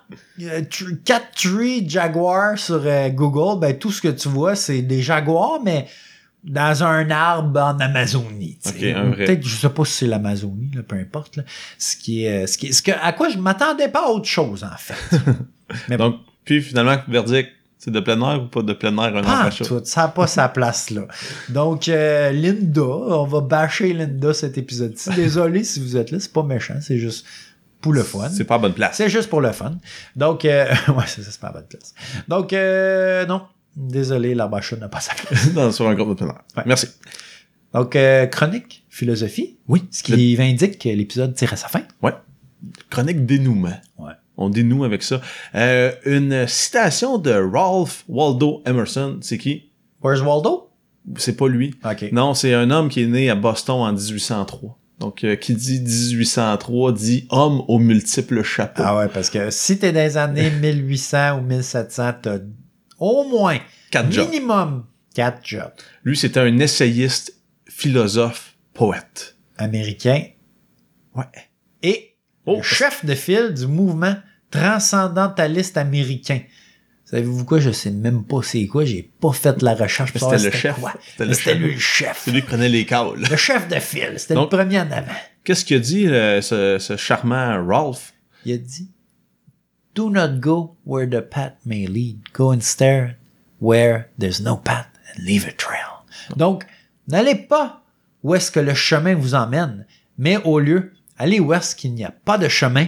A: euh, tr- cat tree jaguar sur euh, Google, ben tout ce que tu vois, c'est des jaguars, mais dans un arbre en Amazonie. tu sais.
B: Ok, un vrai.
A: Peut-être, je sais pas si c'est l'Amazonie, là, peu importe. là. Ce qui est, euh, ce qui est- ce que, à quoi je m'attendais pas à autre chose, en fait. Eh ben.
B: Donc, puis finalement, verdict, c'est de plein air ou pas de plein air un arbre
A: Pas
B: à
A: en
B: chat?
A: tout, ça n'a pas sa place là. Donc, euh, Linda, on va bâcher Linda cet épisode-ci. Désolé si vous êtes là, c'est pas méchant, c'est juste pour le fun.
B: C'est pas à bonne place.
A: C'est juste pour le fun. Donc, euh, ouais, c'est ça, c'est pas à bonne place. Donc, euh, non, désolé, la bâche n'a pas sa place.
B: Dans- sur un groupe de plein air.
A: Ouais.
B: Merci.
A: Donc, euh, chronique, philosophie. Oui. Ce qui indique que l'épisode tire à sa fin.
B: Chronique dénouement.
A: Ouais.
B: On dénoue avec ça. Euh, une citation de Ralph Waldo Emerson. C'est qui?
A: Where's Waldo?
B: C'est pas lui.
A: OK.
B: Non, c'est un homme qui est né à Boston en 1803. Donc, euh, qui dit 1803 dit homme aux multiples chapeaux.
A: Ah ouais, parce que si t'es dans les années 1800 ou 1700, t'as au moins,
B: Quatre jobs.
A: minimum, quatre jobs.
B: Lui, c'était un essayiste, philosophe, poète.
A: américain
B: Ouais.
A: et
B: Oh,
A: le chef de file du mouvement transcendentaliste américain. Savez-vous quoi? Je sais même pas c'est quoi. J'ai pas fait la recherche. pour
B: C'était
A: savoir
B: le chef.
A: quoi.
B: C'était
A: Mais
B: le
A: C'était
B: chef.
A: lui le chef.
B: C'est lui qui prenait les câbles.
A: Le chef de file. C'était le
B: Donc-
A: premier en avant.
B: Qu'est-ce qu'il a dit, euh, ce, ce charmant Ralph?
A: Il a dit Do not go where the path may lead. Go instead where there's no path and leave a trail. Donc, n'allez pas où est-ce que le chemin vous emmène, mais au lieu, allez où est-ce qu'il n'y a pas de chemin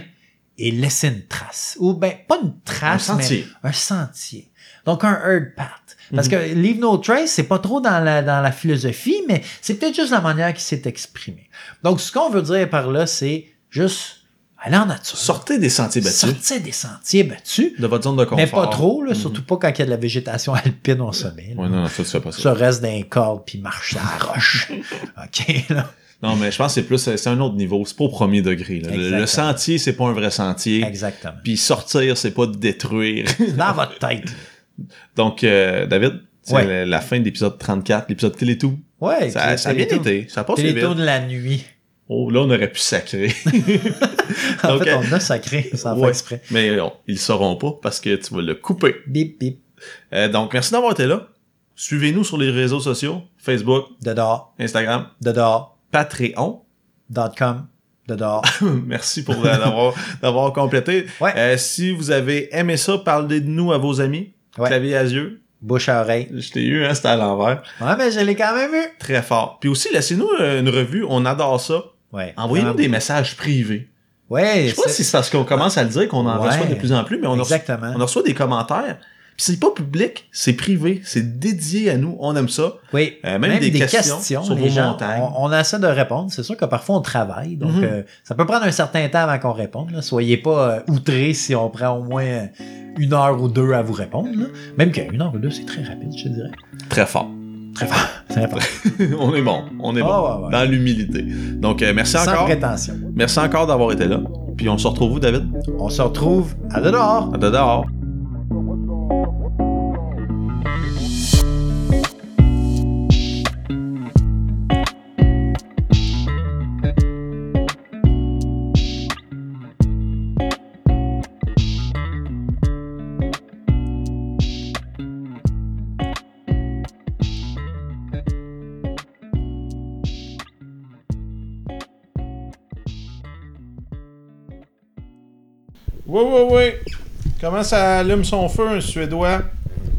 A: et laissez une trace. Ou ben, pas une trace,
B: Un
A: mais
B: sentier. Mhm.
A: un sentier. Donc, un herd path. Parce que Leave No Trace, c'est pas trop dans la, dans la philosophie, mais c'est peut-être juste la manière qu'il s'est exprimé. Donc, ce qu'on veut dire par là, c'est juste aller en nature.
B: Sortez des sentiers battus
A: Sortez des sentiers battus,
B: de votre zone de confort. Mhm.
A: mais pas trop, là, surtout pas quand il y a de la végétation alpine au sommet. là.
B: Ouais, non, non, ça, tu fais pas ça.
A: Ça reste d'un corps puis marche à la roche. OK, là.
B: Non, mais je pense que c'est plus, c'est un autre niveau. C'est pas au premier degré. là. Le,
A: Exactement.
B: le sentier, c'est pas un vrai sentier.
A: Exactement.
B: Puis sortir, c'est pas de détruire.
A: Dans votre tête.
B: Donc, euh, David, c'est
A: Ouais.
B: la, la fin de l'épisode 34, l'épisode Télétoon.
A: Ouais,
B: Ça, ça a bien
A: Télétoon-
B: été. Ça a pas été
A: Télétoon
B: vite.
A: de la nuit.
B: Oh, là, on aurait pu sacrer.
A: En
B: Donc,
A: fait,
B: euh,
A: on a sacré, sans faire
B: ouais.
A: exprès.
B: mais euh, ils le sauront pas parce que tu vas le couper.
A: Bip, bip,
B: Euh, donc, merci d'avoir été là. Suivez-nous sur les réseaux sociaux. Facebook,
A: de dehors,
B: Instagram,
A: de dehors,
B: Patreon.
A: dot com, de dehors.
B: Merci pour euh, d'avoir d'avoir complété.
A: Ouais.
B: Euh, si vous avez aimé ça, parlez de nous à vos amis.
A: Ouais.
B: Clavier à yeux.
A: Bouche à oreille.
B: Je t'ai eu, hein, c'était à l'envers.
A: Ouais, mais je l'ai quand même eu.
B: Très fort. Puis aussi, laissez-nous euh, une revue. On adore ça.
A: Ouais.
B: Envoyez-nous
A: Vraiment.
B: des messages privés.
A: Ouais,
B: Je sais pas
A: c'est-
B: si c'est parce qu'on commence à le dire qu'on en
A: Ouais.
B: reçoit de plus en plus, mais on, en reçoit,
A: Exactement.
B: on en reçoit des commentaires. Puis c'est pas public, c'est privé, c'est dédié à nous. On aime ça.
A: Oui,
B: Euh, même des questions sur
A: les
B: vos
A: gens,
B: montagnes.
A: On, on essaie de répondre. C'est sûr que parfois on travaille, donc
B: Mhm.
A: euh, ça peut prendre un certain temps avant qu'on réponde. là. Soyez pas euh, outrés si on prend au moins euh, une heure ou deux à vous répondre. là. Même qu'une heure ou deux, c'est très rapide, je te dirais.
B: Très fort.
A: Très fort. Très fort.
B: on est bon. On est
A: Ah,
B: bon.
A: ouais, ouais.
B: Dans l'humilité. Donc, euh, merci
A: Sans
B: encore.
A: prétention.
B: Merci encore d'avoir été là. Puis on se retrouve, vous, David.
A: On se retrouve à dehors.
B: À dehors. Ouais, ouais, ouais. Comment ça allume son feu, un Suédois?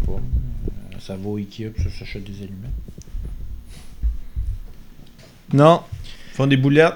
A: Pas. Euh, Ça vaut Ikea, puis ça s'achète des aliments.
B: Non. Ils font des boulettes.